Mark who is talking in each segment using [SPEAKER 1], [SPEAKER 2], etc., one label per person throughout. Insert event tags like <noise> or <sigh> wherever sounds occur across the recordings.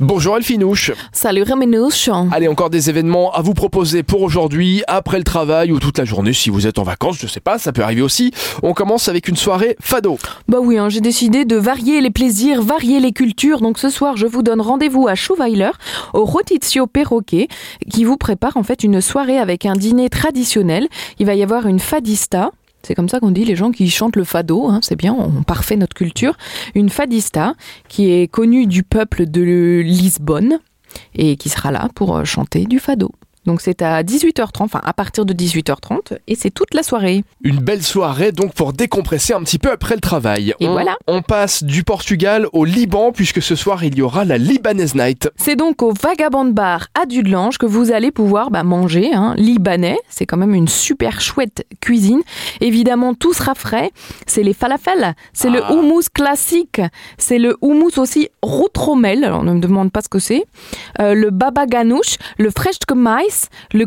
[SPEAKER 1] Bonjour Elfinouche.
[SPEAKER 2] Salut Reminouche.
[SPEAKER 1] Allez, encore des événements à vous proposer pour aujourd'hui, après le travail ou toute la journée si vous êtes en vacances, je sais pas, ça peut arriver aussi. On commence avec une soirée fado.
[SPEAKER 2] Bah oui, hein, j'ai décidé de varier les plaisirs, varier les cultures. Donc ce soir, je vous donne rendez-vous à Schouweiler, au Rotizio Perroquet, qui vous prépare en fait une soirée avec un dîner traditionnel. Il va y avoir une fadista, c'est comme ça qu'on dit les gens qui chantent le fado, hein, c'est bien, on parfait notre culture. Une fadista qui est connue du peuple de Lisbonne et qui sera là pour euh, chanter du fado. Donc c'est à 18h30, enfin à partir de 18h30 et c'est toute la soirée.
[SPEAKER 1] Une belle soirée donc pour décompresser un petit peu après le travail.
[SPEAKER 2] Et
[SPEAKER 1] on,
[SPEAKER 2] voilà.
[SPEAKER 1] On passe du Portugal au Liban puisque ce soir il y aura la Libanaise Night.
[SPEAKER 2] C'est donc au Vagabond Bar à Dudelange que vous allez pouvoir bah, manger hein, libanais. C'est quand même une super chouette cuisine. Évidemment, tout sera frais. C'est les falafels, c'est
[SPEAKER 1] Ah.
[SPEAKER 2] le houmous classique, c'est le houmous aussi routromel. Alors, ne me demande pas ce que c'est. Euh, le baba ganoush, le freshke mais, le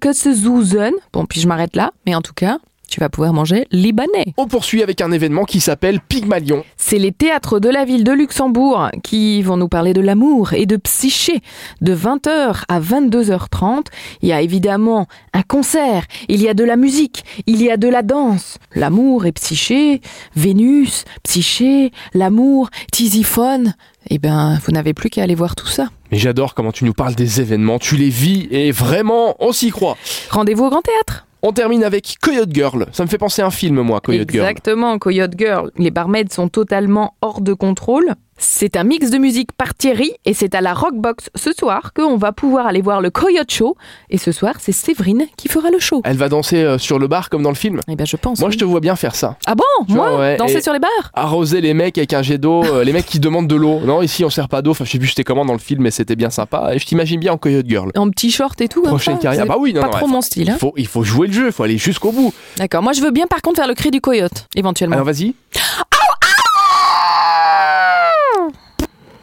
[SPEAKER 2] knüvelkeszuzen. Bon, puis je m'arrête là, mais en tout cas, tu vas pouvoir manger libanais.
[SPEAKER 1] On poursuit avec un événement qui s'appelle Pygmalion.
[SPEAKER 2] C'est les théâtres de la ville de Luxembourg qui vont nous parler de l'amour et de psyché de 20h à 22h30. Il y a évidemment un concert, il y a de la musique, il y a de la danse. L'amour et psyché, Vénus, psyché, l'amour, Tisiphone. Eh bien, vous n'avez plus qu'à aller voir tout ça.
[SPEAKER 1] Mais j'adore comment tu nous parles des événements, tu les vis et vraiment on s'y croit.
[SPEAKER 2] Rendez-vous au Grand Théâtre.
[SPEAKER 1] On termine avec Coyote Girl. Ça me fait penser à un film moi, Coyote Girl.
[SPEAKER 2] Exactement, Coyote Girl. Les barmaids sont totalement hors de contrôle. C'est un mix de musique par Thierry et c'est à la Rockbox ce soir qu'on va pouvoir aller voir le Coyote Show. Et ce soir, c'est Séverine qui fera le show.
[SPEAKER 1] Elle va danser euh, sur le bar comme dans le film.
[SPEAKER 2] Eh bien, je pense.
[SPEAKER 1] Moi
[SPEAKER 2] oui.
[SPEAKER 1] je te vois bien faire ça.
[SPEAKER 2] Ah bon
[SPEAKER 1] Tu
[SPEAKER 2] Moi
[SPEAKER 1] vois, ouais,
[SPEAKER 2] Danser
[SPEAKER 1] et-
[SPEAKER 2] sur les barres
[SPEAKER 1] arroser les mecs avec un jet d'eau, euh, les mecs qui demandent de l'eau. Non, ici on sert pas d'eau. Enfin, je sais plus c'était comment dans le film, mais c'était bien sympa. Et je t'imagine bien en Coyote Girl.
[SPEAKER 2] En petit short et tout comme
[SPEAKER 1] Prochaine
[SPEAKER 2] ça,
[SPEAKER 1] carrière.
[SPEAKER 2] c'est
[SPEAKER 1] Bah oui, non,
[SPEAKER 2] Pas
[SPEAKER 1] non,
[SPEAKER 2] trop
[SPEAKER 1] ouais.
[SPEAKER 2] mon style.
[SPEAKER 1] Il
[SPEAKER 2] hein.
[SPEAKER 1] faut, il faut jouer le jeu, il faut aller jusqu'au bout.
[SPEAKER 2] D'accord. Moi, je veux bien par contre faire le cri du coyote, éventuellement.
[SPEAKER 1] Alors vas-y.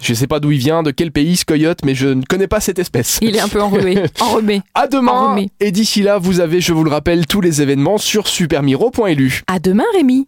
[SPEAKER 1] Je sais pas d'où il vient, de quel pays ce coyote, mais je ne connais pas cette espèce.
[SPEAKER 2] Il est un
[SPEAKER 1] <laughs>
[SPEAKER 2] peu enrobé. enrobé.
[SPEAKER 1] À demain
[SPEAKER 2] Enrhumé.
[SPEAKER 1] Et d'ici là, vous avez, je vous le rappelle, tous les événements sur supermiro.lu.
[SPEAKER 2] À demain, Rémi.